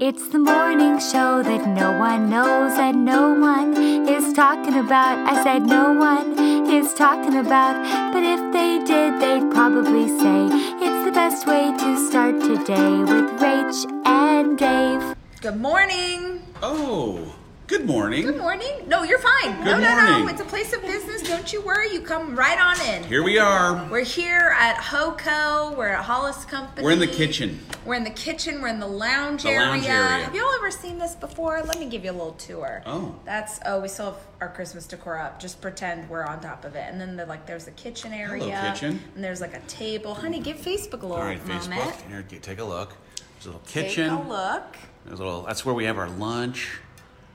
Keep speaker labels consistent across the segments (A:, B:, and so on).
A: It's the morning show that no one knows and no one is talking about. I said no one is talking about, but if they did, they'd probably say it's the best way to start today with Rach and Dave.
B: Good morning.
C: Oh, good morning.
B: Good morning. No, you're fine. no,
C: Good
B: no, no.
C: morning.
B: It's a place of business. Don't you worry. You come right on in.
C: Here we are.
B: We're here at Hoco. We're at Hollis Company.
C: We're in the kitchen.
B: We're in the kitchen. We're in the lounge,
C: The lounge area.
B: Have y'all ever seen this before? Let me give you a little tour.
C: Oh.
B: That's oh, we still have our Christmas decor up. Just pretend we're on top of it. And then the, like there's a kitchen area.
C: kitchen.
B: And there's like a table. Honey, give Facebook a little
C: All right,
B: moment.
C: Facebook. Here, t- take a look. There's a little
B: Take
C: kitchen.
B: a look.
C: There's a little. That's where we have our lunch.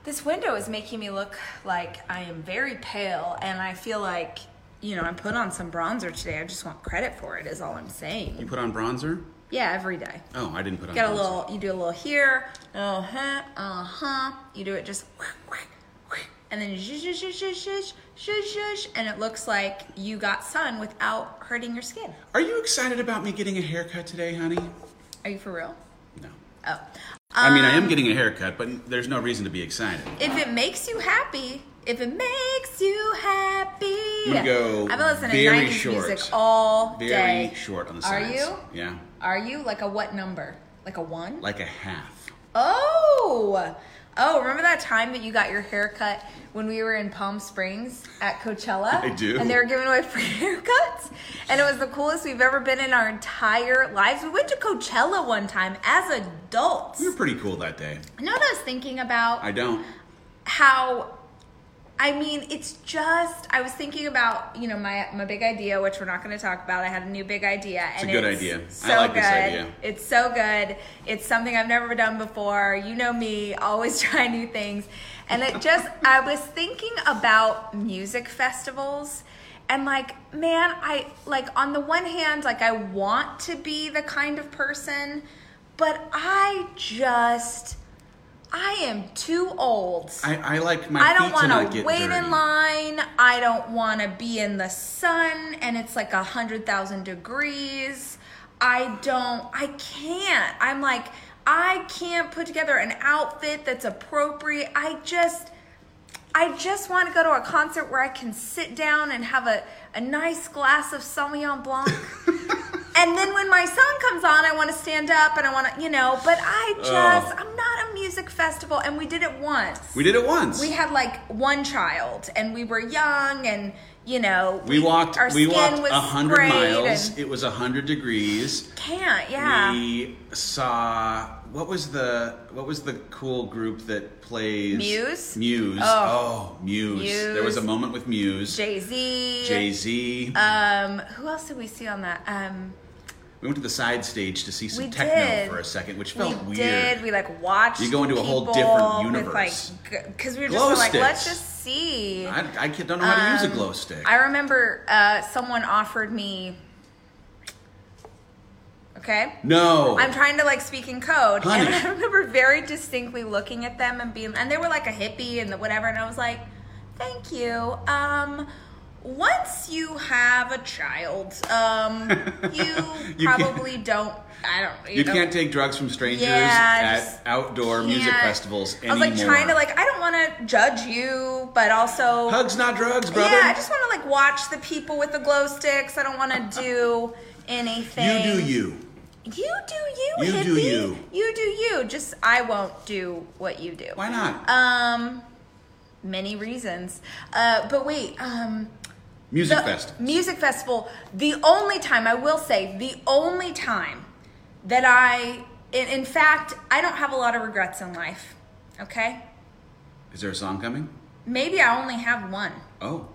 B: This window is making me look like I am very pale, and I feel like, you know, I put on some bronzer today. I just want credit for it, is all I'm
C: You
B: saying.
C: put on bronzer?
B: Yeah, every day.
C: Oh, I didn't put on.
B: Got a
C: bronzer.
B: little, you do a little here, uh huh, uh huh. You do it just, whack, whack, whack, and then zhuzh, zhuzh, zhuzh, zhuzh, zhuzh, zhuzh, and it looks like you got sun without hurting your skin.
C: Are you excited about me getting a haircut today, honey?
B: Are you for real?
C: No.
B: Oh.
C: I mean, I
B: Um,
C: am getting a haircut, but there's no reason to be excited.
B: If it makes you happy, if it makes you happy.
C: I'm gonna go
B: I've been listening
C: very
B: to 90s
C: short.
B: music all
C: Very
B: day.
C: short on the
B: Are
C: sides.
B: you?
C: Yeah,
B: Are you like a what number? Like a one?
C: like a half.
B: oh, oh! Remember that time that you got your hair cut when we were in Palm Springs at Coachella?
C: I do.
B: And they were giving away free haircuts, and it was the coolest we've ever been in our entire lives. We went to Coachella one time as adults.
C: You're pretty cool that day.
B: You know what I was thinking about?
C: Hmm. I don't.
B: how I mean, it's just I was thinking about, you know, my my big idea, which we're not gonna talk about. I had a new big idea and
C: good
B: it's
C: idea. I
B: So
C: like
B: good.
C: this idea.
B: It's so good. It's something I've never done before. You know me, always try new things. And it just I was thinking about music festivals and like, man, I like on the one hand, like I want to be the kind of person, but I just I am too old.
C: I, I like my
B: I
C: feet
B: don't
C: to not
B: want to
C: get
B: wait
C: dirty.
B: in line. I don't want to be in the sun and it's like a hundred thousand degrees. I don't. I can't. I'm like I can't put together an outfit that's appropriate. I just. I just want to go to a concert where I can sit down and have a, a nice glass of Sauvignon Blanc. and then when my song comes on, I want to stand up and I want to, you know, but
C: Oh.
B: I just, I'm not a music festival. And we did it once.
C: We did it once.
B: We had like one child, and we were young, and you know,
C: We walked.
B: Our
C: we
B: skin
C: walked
B: was
C: hundred
B: sprayed
C: miles.
B: and-
C: It was hundred degrees.
B: can't, yeah.
C: We saw what was the what was the cool group that plays
B: Muse?
C: Muse.
B: Oh.
C: Oh, Muse. There was a
B: Muse.
C: moment with Muse.
B: Jay Z.
C: Jay Z.
B: Um, who else did we see on that? Um,
C: we went to the side stage to see
B: we
C: some techno
B: did.
C: for a second, which felt
B: we
C: weird.
B: did. We like watched.
C: You go into a whole
B: people
C: different
B: with,
C: universe.
B: like, because we were
C: Glow
B: just like, let's
C: sticks.
B: just see.
C: I, I can't- don't know how to use a
B: Um,
C: glow stick.
B: I remember uh, someone offered me. Okay.
C: no.
B: I'm trying to like speak in code,
C: Honey.
B: and I remember very distinctly looking at them and being, and they were like a hippie and the whatever, and I was like, "Thank you." Um, once you have a child, um, you,
C: You can't-
B: probably don't. I don't. You,
C: you
B: know,
C: can't take drugs from strangers
B: Yeah, just
C: at outdoor music
B: can't-
C: festivals
B: I was
C: anymore.
B: like trying to like. I don't want to judge you, but also
C: hugs, not drugs, brother.
B: yeah, I just want to like watch the people with the glow sticks. I don't want to do anything.
C: you do you.
B: You do you.
C: You do
B: hippie.
C: you.
B: You do you. Just I won't do what you do.
C: Why not?
B: Um, many reasons. Uh, but wait. Um,
C: music
B: the
C: festival.
B: Music festival. The only time I will say the only time that I, in, in fact, I don't have a lot of regrets in life. Okay,
C: Is there a song coming?
B: maybe I only have one.
C: Oh.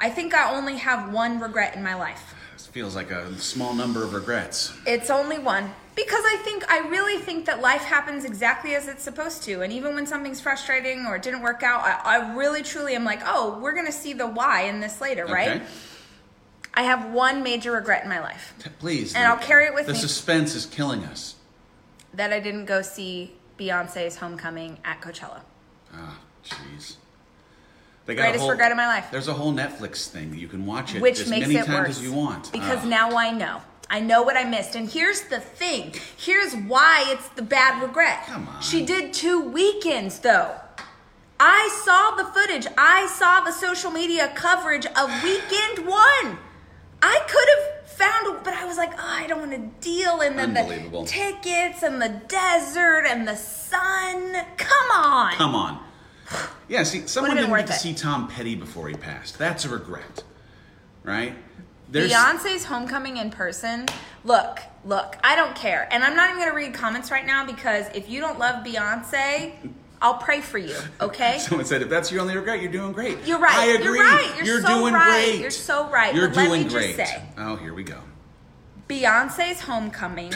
B: I think I only have one regret in my life.
C: This feels like a small number of regrets.
B: It's only one. Because I think, I really think that life happens exactly as it's supposed to. And even when something's frustrating or it didn't work out, I, I really truly am like, oh, we're going to see the why in this later, right?
C: Okay?
B: I have one major regret in my life
C: T- Please.
B: And I'll carry it with
C: the
B: me.
C: The suspense is killing us.
B: that I didn't go see Beyonce's homecoming at Coachella.
C: Ah, jeez. They got a
B: Greatest
C: whole-
B: regret of my life.
C: There's a whole Netflix thing. You can watch it
B: Which
C: as
B: makes
C: many
B: it
C: times
B: worse.
C: as you want.
B: Because
C: Ah.
B: now I know. I know what I missed. And here's the thing. Here's why it's the bad regret.
C: Come on.
B: She did two weekends though. I saw the footage. I saw the social media coverage of weekend one. I could have found, but I was like, oh, I don't want to deal. And then the
C: Unbelievable.
B: tickets and the desert and the sun. Come on.
C: Come on. Yeah, see, someone
B: been
C: didn't
B: worth
C: get to
B: it.
C: see Tom Petty before he passed. That's a regret, right?
B: Beyonce's homecoming in person. Look, look, I don't care. And I'm not even going to read comments right now because if you don't love Beyonce, I'll pray for you, okay?
C: Someone said, if that's your only regret, you're doing great.
B: You're right.
C: I agree.
B: You're right. You're so
C: doing
B: right.
C: great.
B: You're so right.
C: You're
B: But let
C: doing
B: me just
C: great.
B: say-
C: Oh, here we go.
B: Beyonce's homecoming.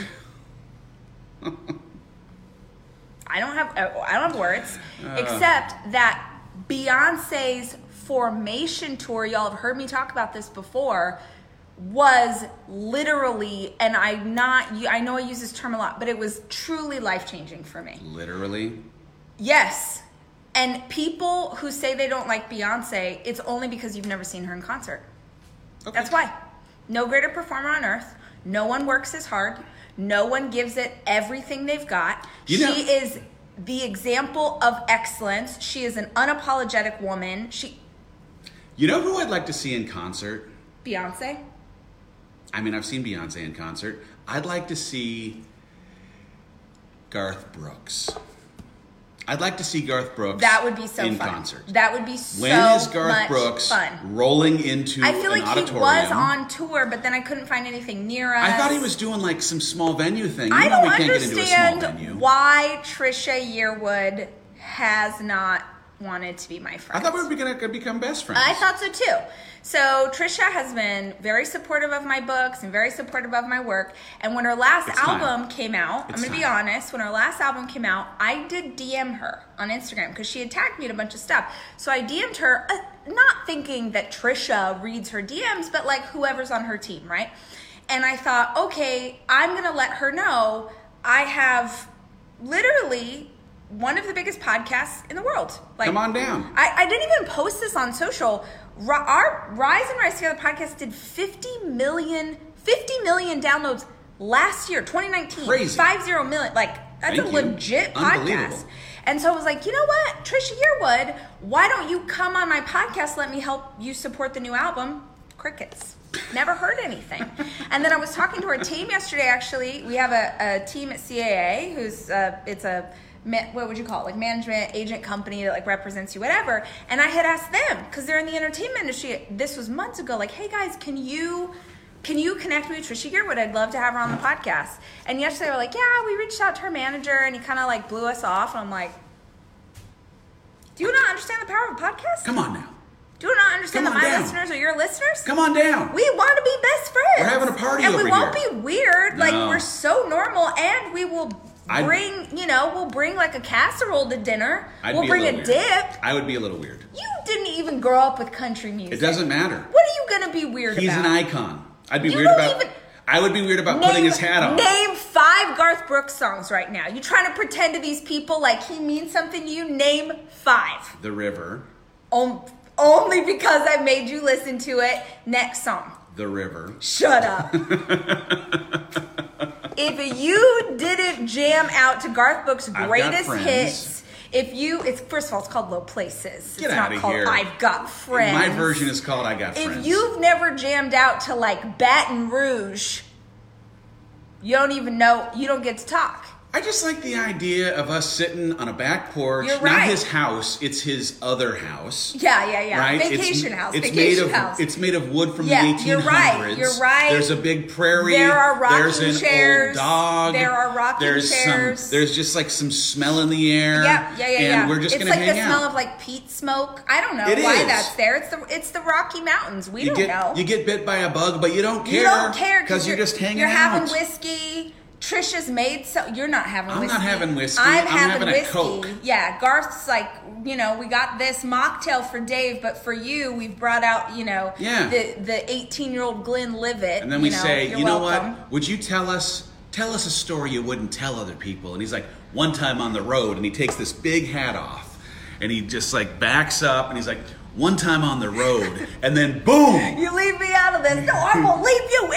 B: I don't have I don't have words except that Beyonce's formation tour, y'all have heard me talk about this before, was literally and I'm not you- I know I use this term a lot, but it was truly life-changing for me.
C: Literally.
B: Yes. And people who say they don't like Beyonce, it's only because you've never seen her in concert.
C: Okay.
B: That's why. No greater performer on earth. No one works as hard. No one gives it everything they've got.
C: You
B: she
C: know-
B: is the example of excellence. She is an unapologetic woman. She
C: You know who I'd like to see in concert?
B: Beyonce.
C: I mean, I've seen Beyonce in concert. I'd like to see Garth Brooks. I'd like to see Garth Brooks.
B: That would be so
C: in
B: fun.
C: concert.
B: That would be so
C: when is
B: much
C: Garth Brooks
B: fun.
C: rolling into
B: I feel
C: an
B: like he
C: auditorium?
B: was on tour, but then I couldn't find anything near us.
C: I thought he was doing like some small venue thing. You
B: I
C: know
B: don't
C: we can't get into a small venue.
B: understand why Trisha Yearwood has not wanted to be my friend.
C: I thought we were gonna, gonna become best friends.
B: I thought so too. So Trisha has been very supportive of my books and very supportive of my work. And when her last
C: It's time.
B: album came out,
C: It's
B: I'm gonna be
C: time.
B: honest. When her last album came out, I did DM her on Instagram because she had tagged me in a bunch of stuff. So I DM'd her, uh, not thinking that Trisha reads her DMs, but like whoever's on her team, right? And I thought, okay, I'm gonna let her know I have literally one of the biggest podcasts in the world. Like,
C: Come on down.
B: I, I didn't even post this on social. Ri- Our Rise and Rise Together podcast did 50 million, 50 million downloads last year, 2019.
C: Crazy.
B: 50 million. Like, that's
C: Thank
B: a
C: you.
B: legit podcast.
C: Unbelievable.
B: And so I was like, you know what, Trisha Yearwood, why don't you come on my podcast? Let me help you support the new album. Crickets. Never heard anything. and then I was talking to our team yesterday. Actually, we have a, a team at CAA who's uh, it's a ma- what would you call it like management agent company that like represents you whatever. And I had asked them because they're in the entertainment industry. This was months ago. Like, hey guys, can you can you connect me with Trisha Yearwood? I'd love to have her on the podcast. And yesterday they were like, yeah, we reached out to her manager and he kind of like blew us off. And I'm like, do you not understand the power of a podcast?
C: Come on now.
B: do you not understand that
C: Come
B: my
C: on down.
B: listeners are your listeners?
C: Come on down.
B: we want to be best friends.
C: We're having a party
B: and we
C: over
B: won't
C: here.
B: be weird. Like
C: No.
B: we're so normal, and we will
C: I'd-
B: bring you know we'll bring like a casserole to dinner.
C: I'd
B: we'll
C: be
B: bring a,
C: little weird.
B: dip.
C: I would be a little weird.
B: You didn't even grow up with country music.
C: It doesn't matter.
B: What are you gonna be weird
C: He's
B: about?
C: an icon. I'd be
B: You
C: weird
B: don't
C: about.
B: even-
C: I would be weird about putting his hat on.
B: Name five Garth Brooks songs right now. You trying to pretend to these people like he means something? to You name five.
C: The river.
B: On- only because I made you listen to it. Next song.
C: The river.
B: Shut up. if you didn't jam out to Garth Brooks'
C: got
B: greatest
C: friends.
B: hits, if you, it's first of all, it's called Low Places.
C: Get
B: it's not
C: outta
B: called
C: here.
B: I've Got Friends.
C: My version is called "I Got
B: If
C: Friends."
B: you've never jammed out to like Baton Rouge, you don't even know. You don't get to talk.
C: I just like the idea of us sitting on a back porch,
B: You're
C: not
B: right.
C: his house, it's his other house.
B: Yeah, yeah, yeah.
C: Right? It's-
B: Vacation house.
C: It's
B: vacation
C: made of
B: house.
C: it's made of wood from
B: Yeah,
C: the
B: you're
C: 1800s.
B: right, you're right.
C: There's a big prairie.
B: There are rocking
C: There's an
B: chairs.
C: old dog.
B: There are rocking
C: there's
B: chairs.
C: Some, there's just like some smell in the air.
B: Yeah, yeah, yeah,
C: And
B: yeah.
C: we're just
B: it's
C: gonna
B: like
C: hang
B: the
C: out.
B: smell of like peat smoke. I don't know
C: It
B: why
C: is.
B: that's there. It's the it's the Rocky Mountains. We
C: you
B: don't
C: get
B: know.
C: you get bit by a bug, but you don't care.
B: You don't care
C: because you're, just hanging
B: You're having
C: out.
B: whiskey. Trisha's made so you're not having
C: I'm
B: whiskey.
C: not having whiskey.
B: I'm,
C: I'm
B: having,
C: having a
B: whiskey.
C: Coke.
B: Yeah, Garth's like, you know, we got this mocktail for Dave, but for you, we've brought out, you know,
C: Yeah.
B: the the 18 year old Glenn Livett.
C: And then we
B: you know,
C: say,
B: "You're
C: you know
B: welcome."
C: what? Would you tell us tell us a story you wouldn't tell other people? And he's like, one time on the road, and he takes this big hat off, and he just like backs up, and he's like, one time on the road, and then boom,
B: You leave me out of this. No, I will leave you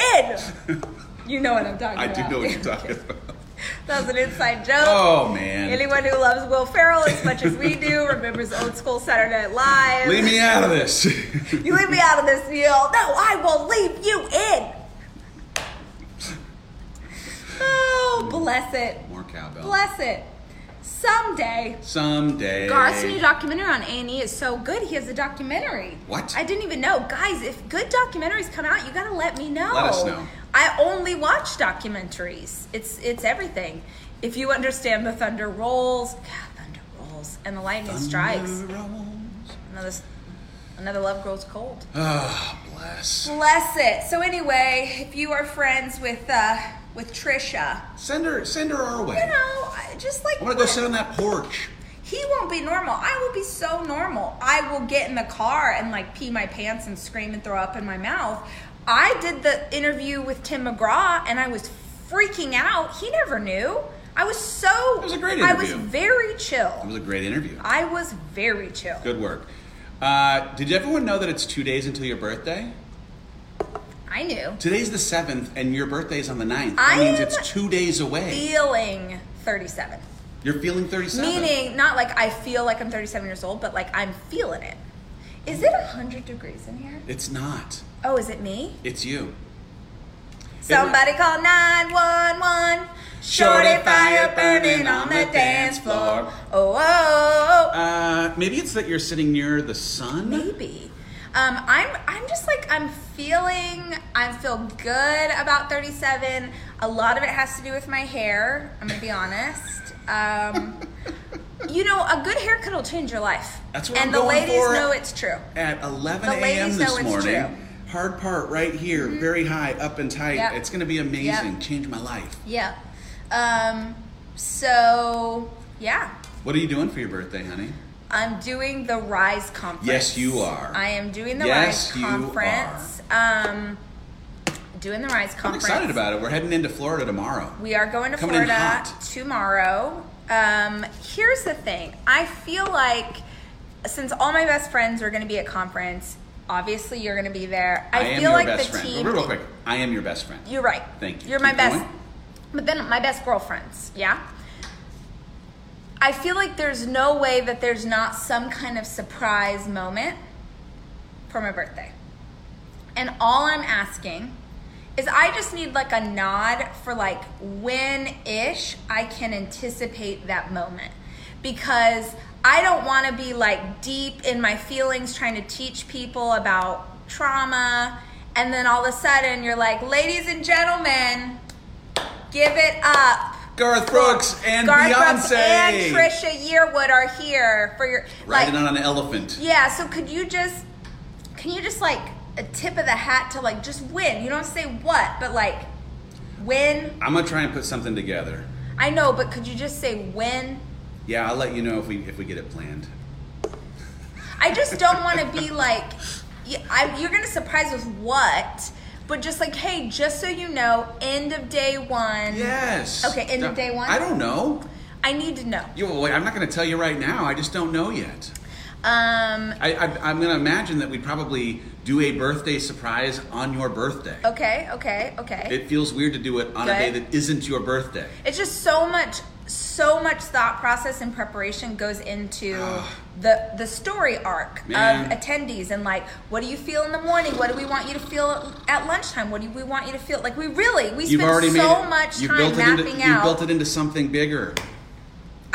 B: in. You know what I'm talking
C: I
B: about.
C: do know what you're talking about.
B: That was an inside joke.
C: Oh man.
B: Anyone who loves Will Ferrell as much as we do remembers old school Saturday Night Live.
C: Leave me out of this.
B: you leave me out of this, Neil. No, I will leave you in. Oh, bless it.
C: More cowbell.
B: Bless it. Someday.
C: Someday.
B: Garth's new documentary on A&E is so good. He has a documentary.
C: What?
B: I didn't even know. Guys, if good documentaries come out, you got to let me know.
C: Let us know.
B: I only watch documentaries. It's it's everything. If you understand the thunder rolls, God, thunder rolls and the lightning strikes.
C: Thunder rolls.
B: Another s- another love grows cold.
C: Ah, bless.
B: Bless it. So anyway, if you are friends with uh with Trisha,
C: Send her, send her our way.
B: you know, I- just like
C: I want to go sit on that porch.
B: He won't be normal. I will be so normal. I will get in the car and like pee my pants and scream and throw up in my mouth. I did the interview with Tim McGraw and I was freaking out. He never knew. I was so. It
C: was a great
B: I was
C: interview.
B: very
C: It
B: chill.
C: was a great interview.
B: I was very chill.
C: Good work. Uh, did everyone know that it's two days until your birthday?
B: I knew.
C: Today's the seventh, and your birthday is on the 9th. That
B: I
C: means
B: am
C: it's two days away.
B: Feeling 37.
C: You're feeling thirty-seven.
B: Meaning, not like I feel like I'm 37 years old, but like I'm feeling it. Is it 100 degrees in here?
C: it's not.
B: Oh, is it me?
C: It's you.
B: Somebody call 911. Shorty fire burning on the dance floor. Oh, oh, oh.
C: Uh, maybe it's that you're sitting near the sun.
B: maybe. Um, I'm I'm just like I'm feeling I feel good about 37. A lot of it has to do with my hair. I'm gonna be honest. Um, you know, a good haircut will change your life.
C: That's what
B: and
C: I'm
B: the
C: going
B: ladies
C: for.
B: know it's true.
C: At 11
B: The
C: a.m.
B: ladies know
C: this
B: it's Mm-hmm.
C: morning.
B: true.
C: Hard part right here, very high, up and tight.
B: Yep.
C: It's going to be amazing.
B: Yep.
C: Change my life.
B: Yeah. Um, so yeah.
C: What are you doing for your birthday, honey?
B: I'm doing the Rise conference.
C: Yes, you are.
B: I am doing the
C: Yes,
B: Rise
C: you
B: conference. Um, doing the Rise
C: I'm
B: conference.
C: excited about it. We're heading into Florida tomorrow.
B: We are going to
C: Coming in
B: Florida
C: hot.
B: tomorrow. Um, here's the thing. I feel like since all my best friends are going to be at conference, obviously you're going to be there. I,
C: I am
B: feel
C: your
B: like
C: best
B: the
C: friend.
B: team.
C: Real quick, I am your best friend.
B: You're right.
C: Thank you.
B: You're my
C: Keep
B: best.
C: going.
B: But then my best girlfriends, yeah? I feel like there's no way that there's not some kind of surprise moment for my birthday. And all I'm asking is I just need like a nod for like when ish I can anticipate that moment. Because I don't want to be like deep in my feelings trying to teach people about trauma. And then all of a sudden you're like, ladies and gentlemen, give it up.
C: Garth Brooks and
B: Garth
C: Beyonce.
B: Brooks and Trisha Yearwood are here for your
C: Riding
B: like,
C: on an elephant.
B: yeah, so could you just can you just like a tip of the hat to like just win? You don't say what, but like win.
C: I'm gonna try and put something together.
B: I know, but could you just say win?
C: Yeah, I'll let you know if we if we get it planned.
B: I just don't want to be like y I you're gonna surprise us what, but just like hey, just so you know, end of day one.
C: Yes.
B: Okay, end of
C: No,
B: day one?
C: I don't know.
B: I need to know.
C: You, well, I'm not gonna tell you right now. I just don't know yet.
B: Um.
C: I, I I'm gonna imagine that we'd probably do a birthday surprise on your birthday.
B: Okay. Okay. Okay.
C: It feels weird to do it on a day
B: Good.
C: that isn't your birthday.
B: It's just so much so much thought process and preparation goes into the the story arc
C: Ah. Man.
B: of attendees and like what do you feel in the morning? What do we want you to feel at lunchtime? What do we want you to feel? Like we really we
C: You've
B: spend
C: already
B: so
C: made it.
B: much
C: you
B: time
C: built it
B: mapping
C: into,
B: out.
C: You built it into something bigger.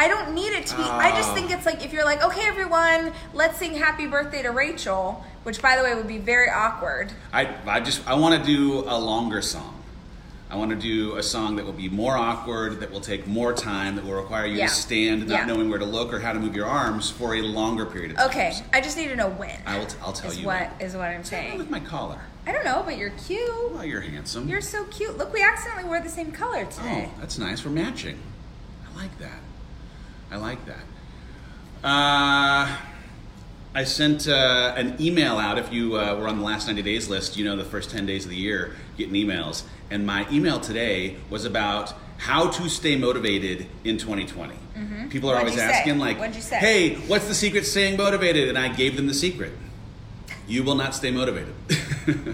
B: I don't need it to be. I just think
C: Ah.
B: it's like if you're like, okay, everyone, let's sing happy birthday to Rachel, which by the way would be very awkward.
C: I, I just I want to do a longer song. I want to do a song that will be more awkward, that will take more time, that will require you
B: Yeah.
C: to stand, not
B: Yeah.
C: knowing where to look or how to move your arms for a longer period of time.
B: Okay, I just need to know when.
C: I will. T- I'll tell
B: is
C: you.
B: what
C: when.
B: is what I'm
C: What's wrong with
B: saying.
C: my collar?
B: I don't know, but you're cute.
C: Well, you're handsome.
B: You're so cute. Look, we accidentally wore the same color today.
C: Oh, that's nice. We're matching. I like that. I like that. Uh, I sent uh, an email out. If you uh, were on the last 90 days list, you know the first 10 days of the year getting emails. And my email today was about how to stay motivated in 2020. People are
B: Mm-hmm. What'd
C: always
B: you say?
C: asking, like,
B: What'd you say?
C: hey, what's the secret to staying motivated? And I gave them the secret. you will not stay motivated.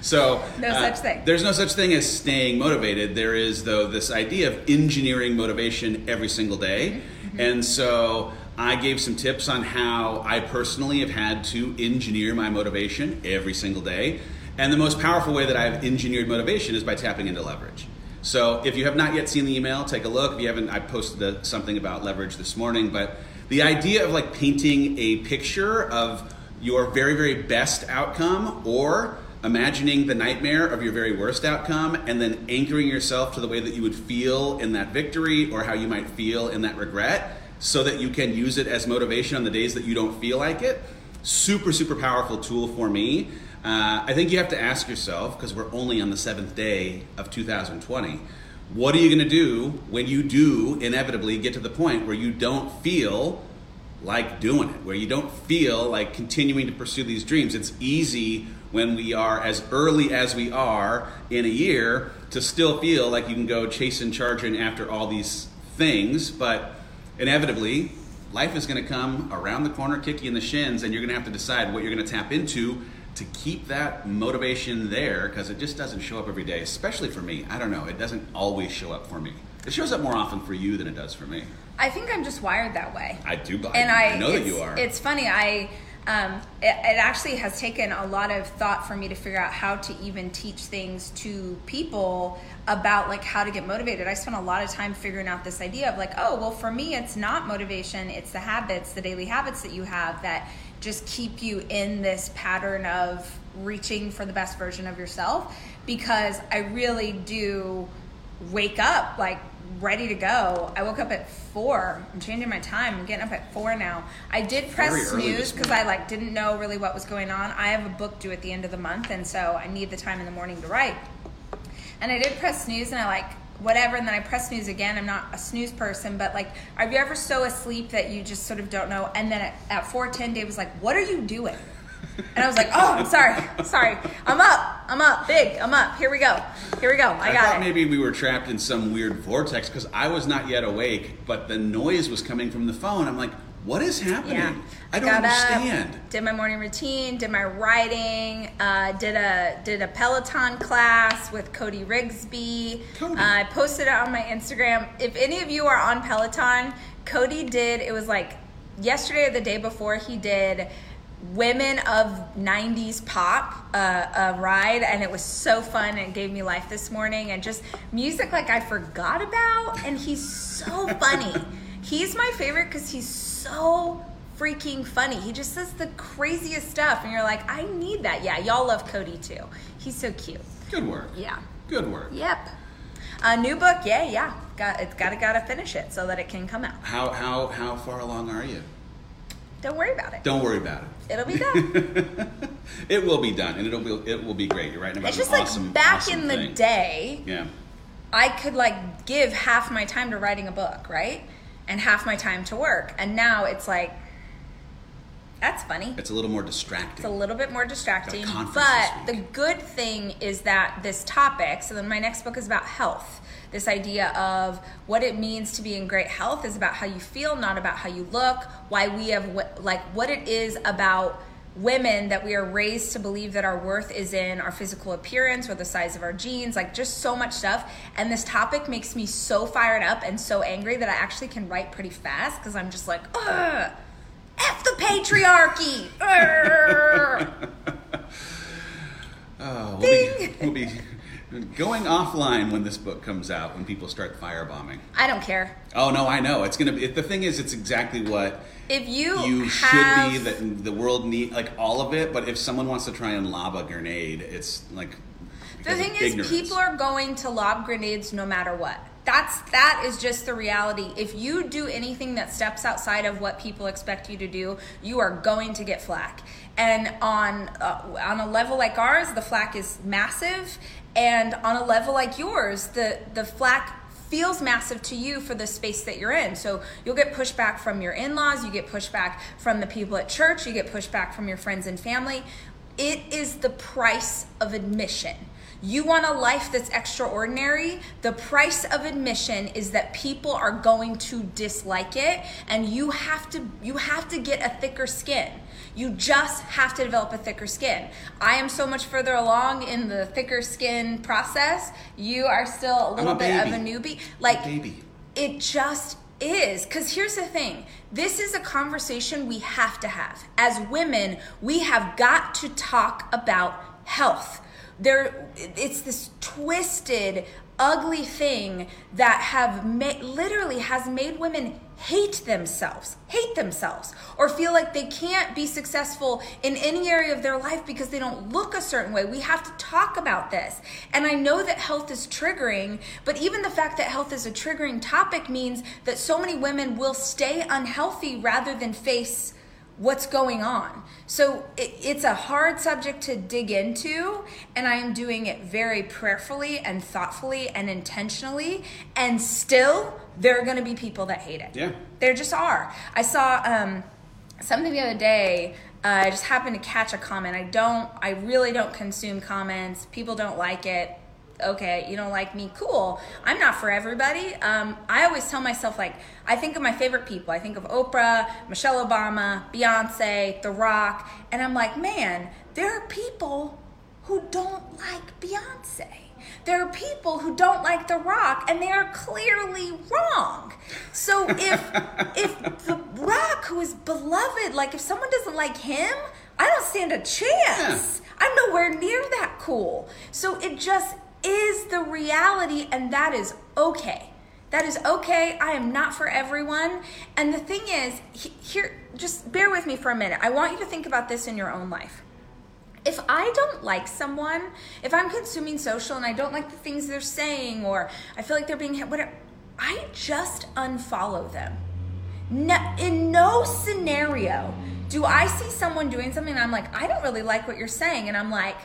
C: so uh,
B: No such thing.
C: There's no such thing as staying motivated. There is though this idea of engineering motivation every single day,
B: Mm-hmm.
C: and so. I gave some tips on how I personally have had to engineer my motivation every single day. And the most powerful way that I've engineered motivation is by tapping into leverage. So if you have not yet seen the email, take a look. If you haven't, I posted the, something about leverage this morning. But the idea of like painting a picture of your very, very best outcome or imagining the nightmare of your very worst outcome and then anchoring yourself to the way that you would feel in that victory or how you might feel in that regret so that you can use it as motivation on the days that you don't feel like it. Super, super powerful tool for me. Uh, I think you have to ask yourself, because we're only on the seventh day of 2020, what are you going to do when you do inevitably get to the point where you don't feel like doing it, where you don't feel like continuing to pursue these dreams? It's easy when we are as early as we are in a year to still feel like you can go chasing, charging after all these things, but inevitably life is going to come around the corner kick you in the shins and you're going to have to decide what you're going to tap into to keep that motivation there because it just doesn't show up every day especially for me i don't know it doesn't always show up for me it shows up more often for you than it does for me
B: I think I'm just wired that way.
C: i do buy
B: and
C: you.
B: I,
C: know that
B: it's-
C: you are
B: It's funny. I um, it, it actually has taken a lot of thought for me to figure out how to even teach things to people about like how to get motivated. I spent a lot of time figuring out this idea of like, oh, well, for me, it's not motivation; it's the habits, the daily habits that you have that just keep you in this pattern of reaching for the best version of yourself. Because I really do wake up like ready to go. I woke up at four. I'm changing my time. I'm getting up at four now. I did press
C: early this
B: snooze because I like didn't know really what was going on. I have a book due at the end of the month, and so I need the time in the morning to write. And I did press snooze, and I like whatever, and then I press snooze again. I'm not a snooze person, but like, are you ever so asleep that you just sort of don't know? And then at, at four ten, Dave was like, "What are you doing?" And I was like, "Oh, I'm sorry, sorry. I'm up. I'm up. Big. I'm up. Here we go. Here we go. I,
C: I
B: got
C: thought
B: it."
C: maybe we were trapped in some weird vortex because I was not yet awake, but the noise was coming from the phone. I'm like, what is happening?
B: Yeah.
C: I don't
B: got
C: understand.
B: Up, did my morning routine, did my writing, uh, did a did a Peloton class with Cody Rigsby.
C: Cody.
B: Uh, I posted it on my Instagram. If any of you are on Peloton, Cody did it was like yesterday or the day before he did women of 90s pop uh, a ride and it was so fun and gave me life this morning and just music like i forgot about and he's so funny he's my favorite because he's so freaking funny he just says the craziest stuff and you're like i need that yeah y'all love cody too he's so cute
C: Good work.
B: yeah
C: Good work.
B: Yep. A new book, yeah, yeah. Got it's gotta gotta finish it so that it can come out.
C: How how how far along are you?
B: Don't worry about it.
C: Don't worry about it.
B: It'll be done.
C: it will be done, and it'll be it will be great. You're right about
B: it's just
C: an
B: like
C: awesome,
B: back
C: awesome
B: in the
C: thing.
B: day,
C: Yeah,
B: I could like give half my time to writing a book, right? And half my time to work. And now it's like that's funny.
C: it's a little more distracting.
B: It's a little bit more distracting.
C: Got a conference
B: But
C: this
B: the good thing is that this topic, so then my next book is about health. This idea of what it means to be in great health is about how you feel, not about how you look, why we have, wh- like, what it is about women that we are raised to believe that our worth is in our physical appearance or the size of our jeans, like, just so much stuff. And this topic makes me so fired up and so angry that I actually can write pretty fast because I'm just like, ugh. F the patriarchy! Urgh.
C: oh, we'll, be, we'll be going offline when this book comes out. When people start firebombing.
B: I don't care.
C: Oh no, I know. It's gonna. Be, the thing is, it's exactly what
B: If you
C: you
B: have,
C: should be. That the world need like all of it. But if someone wants to try and lob a grenade, it's like
B: the
C: because of
B: thing is,
C: ignorance.
B: people are going to lob grenades no matter what. That's that is just the reality. If you do anything that steps outside of what people expect you to do, you are going to get flack. And on uh, on a level like ours, the flack is massive, and on a level like yours, the the flack feels massive to you for the space that you're in. So you'll get pushback from your in-laws, you get pushback from the people at church, you get pushback from your friends and family. It is the price of admission. You want a life that's extraordinary? The price of admission is that people are going to dislike it and you have to you have to get a thicker skin. You just have to develop a thicker skin. I am so much further along in the thicker skin process. You are still a little
C: a
B: bit of a
C: baby.
B: newbie. Like
C: baby.
B: it just is because here's the thing this is a conversation we have to have as women we have got to talk about health there it's this twisted ugly thing that have ma- literally has made women hate themselves hate themselves or feel like they can't be successful in any area of their life because they don't look a certain way we have to talk about this and i know that health is triggering but even the fact that health is a triggering topic means that so many women will stay unhealthy rather than face what's going on. So it, it's a hard subject to dig into, and I am doing it very prayerfully and thoughtfully and intentionally. And still, there are going to be people that hate it.
C: Yeah.
B: There just are. I saw um, something the other day. Uh, I just happened to catch a comment. I don't, I really don't consume comments. People don't like it. Okay, you don't like me. Cool. I'm not for everybody. Um, I always tell myself, like, I think of my favorite people. I think of Oprah, Michelle Obama, Beyonce, The Rock. And I'm like, man, there are people who don't like Beyonce. There are people who don't like The Rock, and they are clearly wrong. So if if The Rock, who is beloved, like if someone doesn't like him, I don't stand a chance. I'm nowhere near that cool. So it just is the reality, and that is okay. That is okay. I am not for everyone. And the thing is, he- here, just bear with me for a minute. I want you to think about this in your own life if I don't like someone, if I'm consuming social and I don't like the things they're saying, or I feel like they're being hit, whatever, I just unfollow them. No, in no scenario do I see someone doing something and I'm like, I don't really like what you're saying, and I'm like,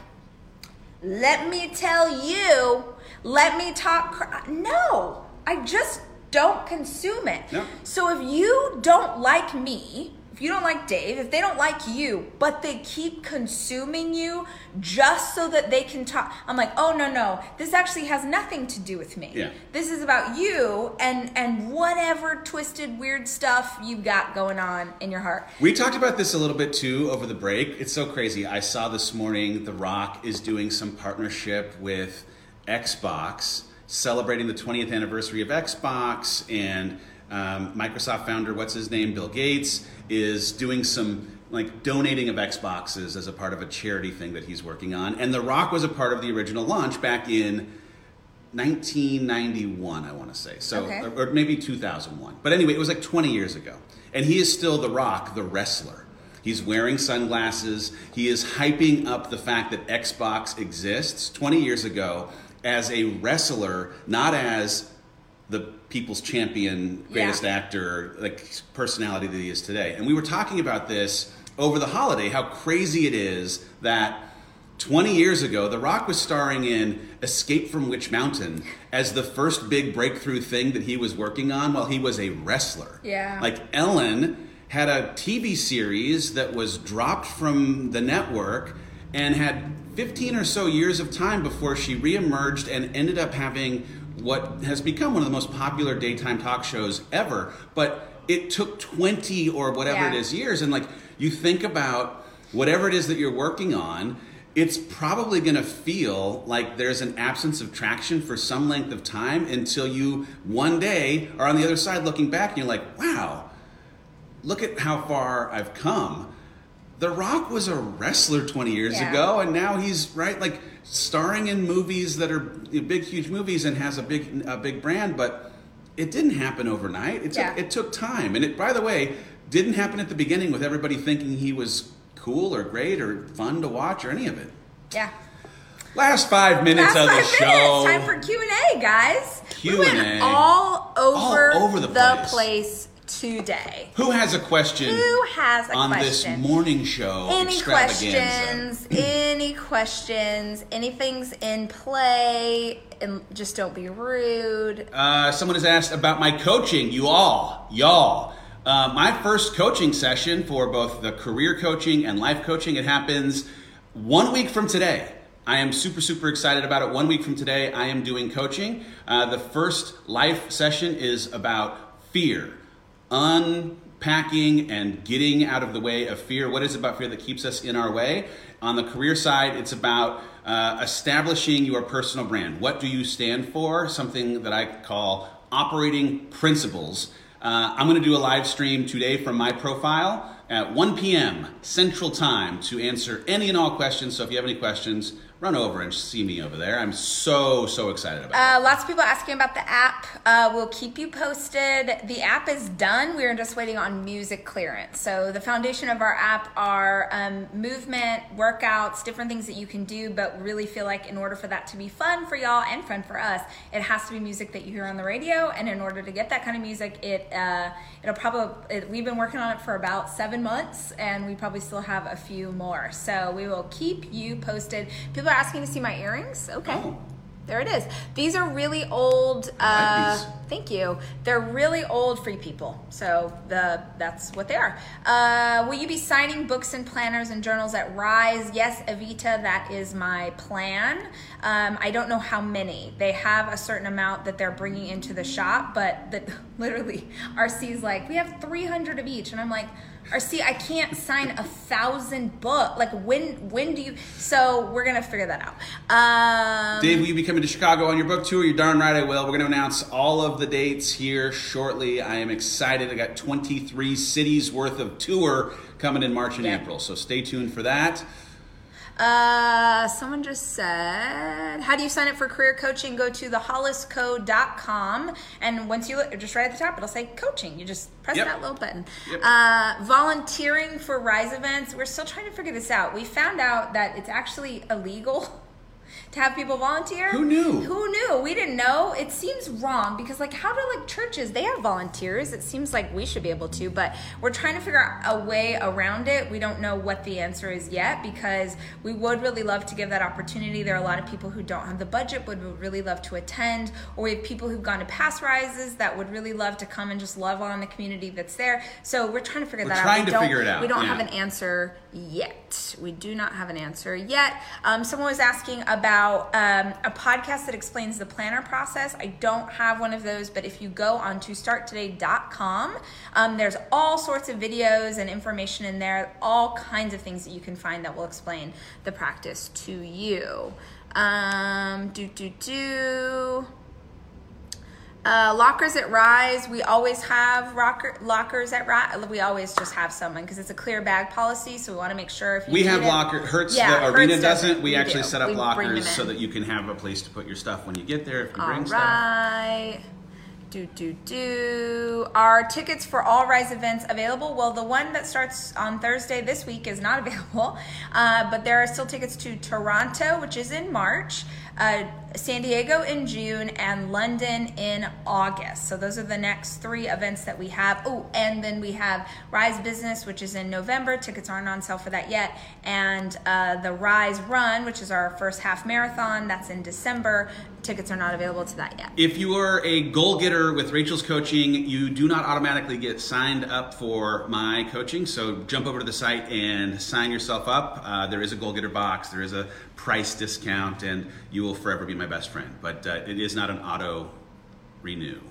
B: let me tell you, let me talk. Cr- no, I just don't consume it.
C: No.
B: So if you don't like me, if you don't like Dave, if they don't like you, but they keep consuming you just so that they can talk, I'm like, oh no no, this actually has nothing to do with me.
C: Yeah.
B: This is about you and and whatever twisted weird stuff you've got going on in your heart.
C: We talked about this a little bit too over the break. It's so crazy. I saw this morning The Rock is doing some partnership with Xbox, celebrating the 20th anniversary of Xbox, and um, Microsoft founder, what's his name, Bill Gates, is doing some like donating of Xboxes as a part of a charity thing that he's working on. And The Rock was a part of the original launch back in 1991, I want to say. So,
B: Okay.
C: or maybe 2001. But anyway, it was like 20 years ago. And he is still The Rock, the wrestler. He's wearing sunglasses. He is hyping up the fact that Xbox exists 20 years ago as a wrestler, not as the people's champion, greatest
B: Yeah.
C: actor, like personality that he is today. And we were talking about this over the holiday, how crazy it is that 20 years ago, The Rock was starring in Escape from Witch Mountain as the first big breakthrough thing that he was working on while he was a wrestler.
B: Yeah.
C: Like Ellen had a TV series that was dropped from the network and had 15 or so years of time before she reemerged and ended up having what has become one of the most popular daytime talk shows ever. But it took 20 or whatever it
B: Yeah.
C: is years. And like you think about whatever it is that you're working on, it's probably going to feel like there's an absence of traction for some length of time until you one day are on the other side looking back and you're like, wow, look at how far I've come. The Rock was a wrestler 20 years
B: Yeah.
C: ago, Oh, and now he's right, like starring in movies that are big, huge movies, and has a big, a big brand. But it didn't happen overnight. It took,
B: Yeah.
C: it took time, and it, by the way, didn't happen at the beginning with everybody thinking he was cool or great or fun to watch or any of it.
B: Yeah.
C: Last five minutes
B: Last
C: of the
B: five
C: show.
B: minutes. Time for Q and A, guys. We
C: Q&A.
B: went all over,
C: All over the
B: the,
C: place.
B: place. today.
C: Who has a question?
B: Who has a
C: on
B: question?
C: this morning show?
B: Any
C: extravaganza?
B: questions? any questions? Anything's in play? And just don't be rude.
C: Uh, someone has asked about my coaching. You all, y'all. Uh, my first coaching session for both the career coaching and life coaching. It happens one week from today, I am super, super excited about it. One week from today, I am doing coaching. Uh, the first life session is about fear, unpacking and getting out of the way of fear. What is it about fear that keeps us in our way? On the career side, it's about uh, establishing your personal brand. What do you stand for? Something that I call operating principles. Uh, I'm going to do a live stream today from my profile at 1 p.m. Central Time to answer any and all questions. So if you have any questions, run over and see me over there. I'm so, so excited about it.
B: Uh, lots of people asking about the app. Uh, we'll keep you posted. The app is done. We are just waiting on music clearance. So the foundation of our app are um, movement, workouts, different things that you can do. But really feel like in order for that to be fun for y'all and fun for us, it has to be music that you hear on the radio. And in order to get that kind of music, it uh, it'll probably it, we've been working on it for about seven months, and we probably still have a few more. So we will keep you posted. People are asking to see my earrings. Okay.
C: Oh.
B: There it is. These are really old.
C: I
B: Uh,
C: like these.
B: thank you. They're really old free people. So the that's what they are. Uh, will you be signing books and planners and journals at Rise? Yes, Evita. That is my plan. Um, I don't know how many. They have a certain amount that they're bringing into the shop, but that literally RC's like we have 300 of each, and I'm like. RC, I can't sign a thousand book. Like when? When do you? So we're gonna figure that out. Um,
C: Dave, will you be coming to Chicago on your book tour? You're darn right I will. We're going to announce all of the dates here shortly. I am excited. I got 23 cities worth of tour coming in March and
B: Yeah.
C: April. So stay tuned for that.
B: Uh, someone just said, how do you sign up for career coaching? Go to thehollisco.com. And once you look, just right at the top, it'll say coaching. You just press
C: Yep.
B: that little button.
C: Yep.
B: Uh, volunteering for Rise events. We're still trying to figure this out. We found out that it's actually illegal to have people volunteer.
C: Who knew?
B: Who knew? We didn't know. It seems wrong because like how do like churches they have volunteers? It seems like we should be able to, but we're trying to figure out a way around it. We don't know what the answer is yet because we would really love to give that opportunity. There are a lot of people who don't have the budget but would really love to attend, or we have people who've gone to past rises that would really love to come and just love on the community that's there. So we're trying to figure
C: We're
B: that
C: trying
B: out. We
C: to
B: don't-
C: figure it out,
B: We don't
C: yeah.
B: have an answer yet. We do not have an answer yet. Um, someone was asking about um, a podcast that explains the planner process. I don't have one of those, but if you go on to starttoday.com, um, there's all sorts of videos and information in there, all kinds of things that you can find that will explain the practice to you. Um, do, do, do. Uh, lockers at Rise, we always have rocker, lockers at Rise. We always just have someone because it's a clear bag policy, so we want to make sure if you
C: We
B: need
C: have
B: it-
C: locker. Hertz,
B: Yeah,
C: the
B: Hertz
C: arena
B: does it.
C: doesn't. We,
B: We
C: actually
B: do.
C: set up
B: We bring them
C: lockers so
B: in.
C: that you can have a place to put your stuff when you get there. If you
B: All
C: bring stuff.
B: right. Do, do, do. Are tickets for all Rise events available? Well, the one that starts on Thursday this week is not available, uh, but there are still tickets to Toronto, which is in March, uh, San Diego in June, and London in August. So those are the next three events that we have. Oh, and then we have Rise Business, which is in November. Tickets aren't on sale for that yet. And uh, the Rise Run, which is our first half marathon, that's in December. Tickets are not available to that yet.
C: If you are a goal getter with Rachel's coaching, you do not automatically get signed up for my coaching. So jump over to the site and sign yourself up. Uh, there is a goal getter box, there is a price discount, and you will forever be my best friend. But uh, it is not an auto renew.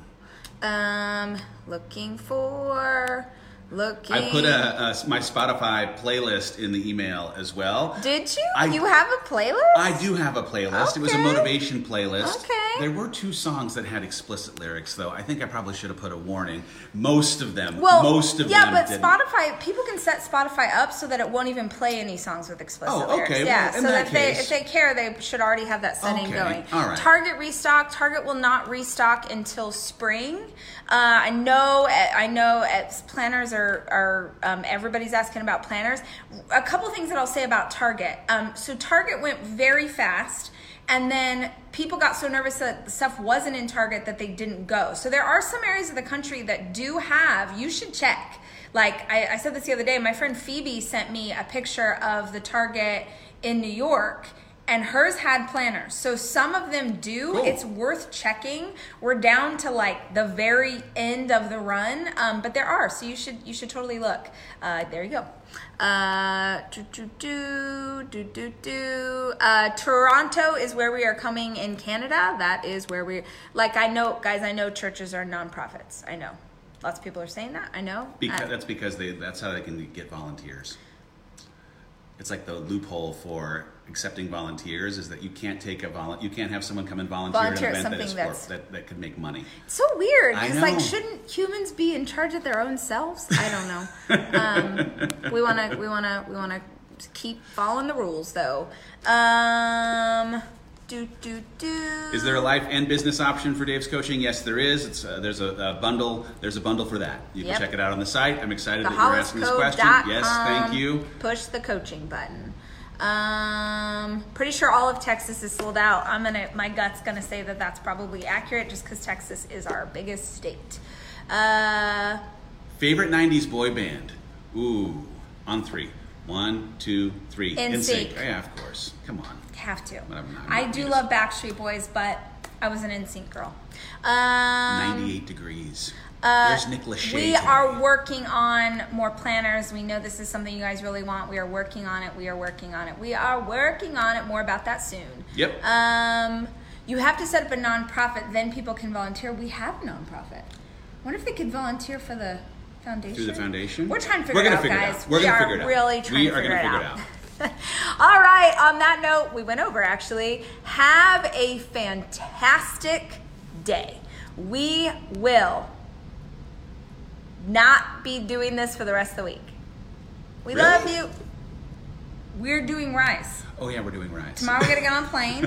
B: Um, looking for, looking.
C: I put a, a, my Spotify playlist in the email as well.
B: Did you?
C: I-
B: you have a playlist?
C: I do have a playlist. It was a
B: Okay.
C: motivation playlist.
B: Okay.
C: There were two songs that had explicit lyrics, though. I think I probably should have put a warning. Most of them.
B: well,
C: most of
B: yeah,
C: them.
B: but
C: didn't.
B: Spotify people can set Spotify up so that it won't even play any songs with explicit
C: Oh, okay.
B: lyrics.
C: Well,
B: Yeah,
C: in
B: so
C: that
B: that they,
C: case-
B: if they care, they should already have that setting
C: Okay,
B: going.
C: all right.
B: Target restock. Target will not restock until spring. Uh, I know. uh, I know. As planners are are um, everybody's asking about planners. A couple things that I'll say about Target. Um, so Target went very fast. And then people got so nervous that stuff wasn't in Target that they didn't go. So there are some areas of the country that do have, you should check. Like I, I said this the other day, my friend Phoebe sent me a picture of the Target in New York and hers had planners. So some of them do.
C: Cool.
B: It's worth checking. We're down to like the very end of the run, um, but there are. So you should you should totally look. Uh, there you go. Uh, do do do do do do. Uh, Toronto is where we are coming in Canada. That is where we like. I know, guys. I know churches are nonprofits. I know. Lots of people are saying that. I know.
C: Because,
B: Uh,
C: that's because they that's how they can get volunteers. It's like the loophole for accepting volunteers is that you can't take a vol you can't have someone come and volunteer,
B: Volunteer
C: at an event that
B: something
C: is
B: that's-
C: corp- that, that could make money.
B: So weird.
C: I
B: It's
C: know.
B: like, shouldn't humans be in charge of their own selves? I don't know. um, we wanna, we wanna, we wanna keep following the rules, though. Um, do do do.
C: Is there a life and business option for Dave's coaching? Yes, there is. It's uh, there's a, a bundle. There's a bundle for that. You
B: Yep.
C: can check it out on the site. I'm excited that you're asking this question.
B: theholliscode.com.
C: Yes, thank you.
B: Push the coaching button. Um, pretty sure all of Texas is sold out. I'm gonna, my gut's gonna say that that's probably accurate, just because Texas is our biggest state. Uh,
C: Favorite '90s boy band? Ooh, on three. One, two, three.
B: NSYNC.
C: NSYNC. Yeah, of course. Come on.
B: Have to.
C: But I'm not-
B: I do love Backstreet Boys, but I was an NSYNC girl. Um,
C: 98 degrees.
B: uh,
C: There's Nick Lachey.
B: We
C: today.
B: are working on more planners. We know this is something you guys really want. We are working on it. We are working on it. We are working on it. More about that soon.
C: Yep.
B: Um, you have to set up a nonprofit, then people can volunteer. We have a nonprofit. wonder if they could volunteer for the foundation.
C: Through the foundation.
B: We're trying to figure
C: We're
B: it
C: gonna
B: out,
C: figure
B: guys.
C: It out. We're
B: we
C: gonna
B: are
C: figure it out.
B: really trying
C: we
B: to
C: are
B: figure,
C: gonna figure
B: it out. All right. On that note, we went over actually. Have a fantastic day. We will not be doing this for the rest of the week. We
C: Really?
B: love you. We're doing rice.
C: Oh yeah, we're doing rides.
B: Tomorrow we're gonna get on a plane,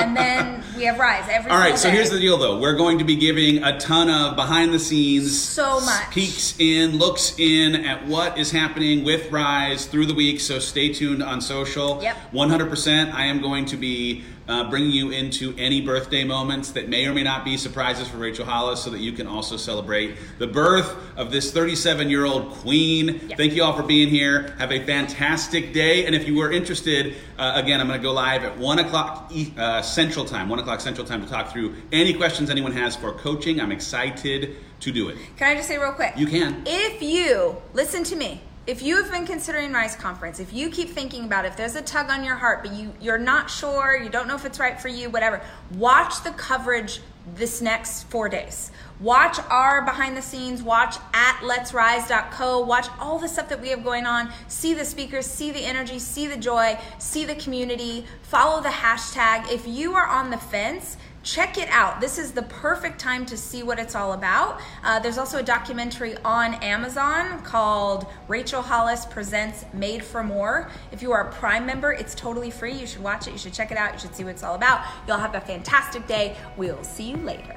B: and then we have rides every.
C: All
B: single
C: right, so
B: day.
C: here's the deal though. We're going to be giving a ton of behind the scenes
B: So much.
C: peeks in, looks in at what is happening with Rise through the week, so stay tuned on social.
B: Yep.
C: 100%. I am going to be uh, bringing you into any birthday moments that may or may not be surprises for Rachel Hollis so that you can also celebrate the birth of this 37 year old queen.
B: Yep.
C: Thank you all for being here. Have a fantastic day. And if you were interested, uh, again, I'm going to go live at 1 o'clock E- uh, Central Time, 1 o'clock Central Time to talk through any questions anyone has for coaching. I'm excited to do it.
B: Can I just say real quick?
C: You can.
B: If you listen to me, if you have been considering Rise Conference, if you keep thinking about it, if there's a tug on your heart, but you you're not sure, you don't know if it's right for you, whatever, watch the coverage this next four days. Watch our behind the scenes, watch at letsrise.co, watch all the stuff that we have going on, see the speakers, see the energy, see the joy, see the community, follow the hashtag. If you are on the fence, check it out. This is the perfect time to see what it's all about. Uh, there's also a documentary on Amazon called Rachel Hollis Presents Made for More. If you are a Prime member, it's totally free. You should watch it, you should check it out, you should see what it's all about. You'll have a fantastic day. We'll see you later.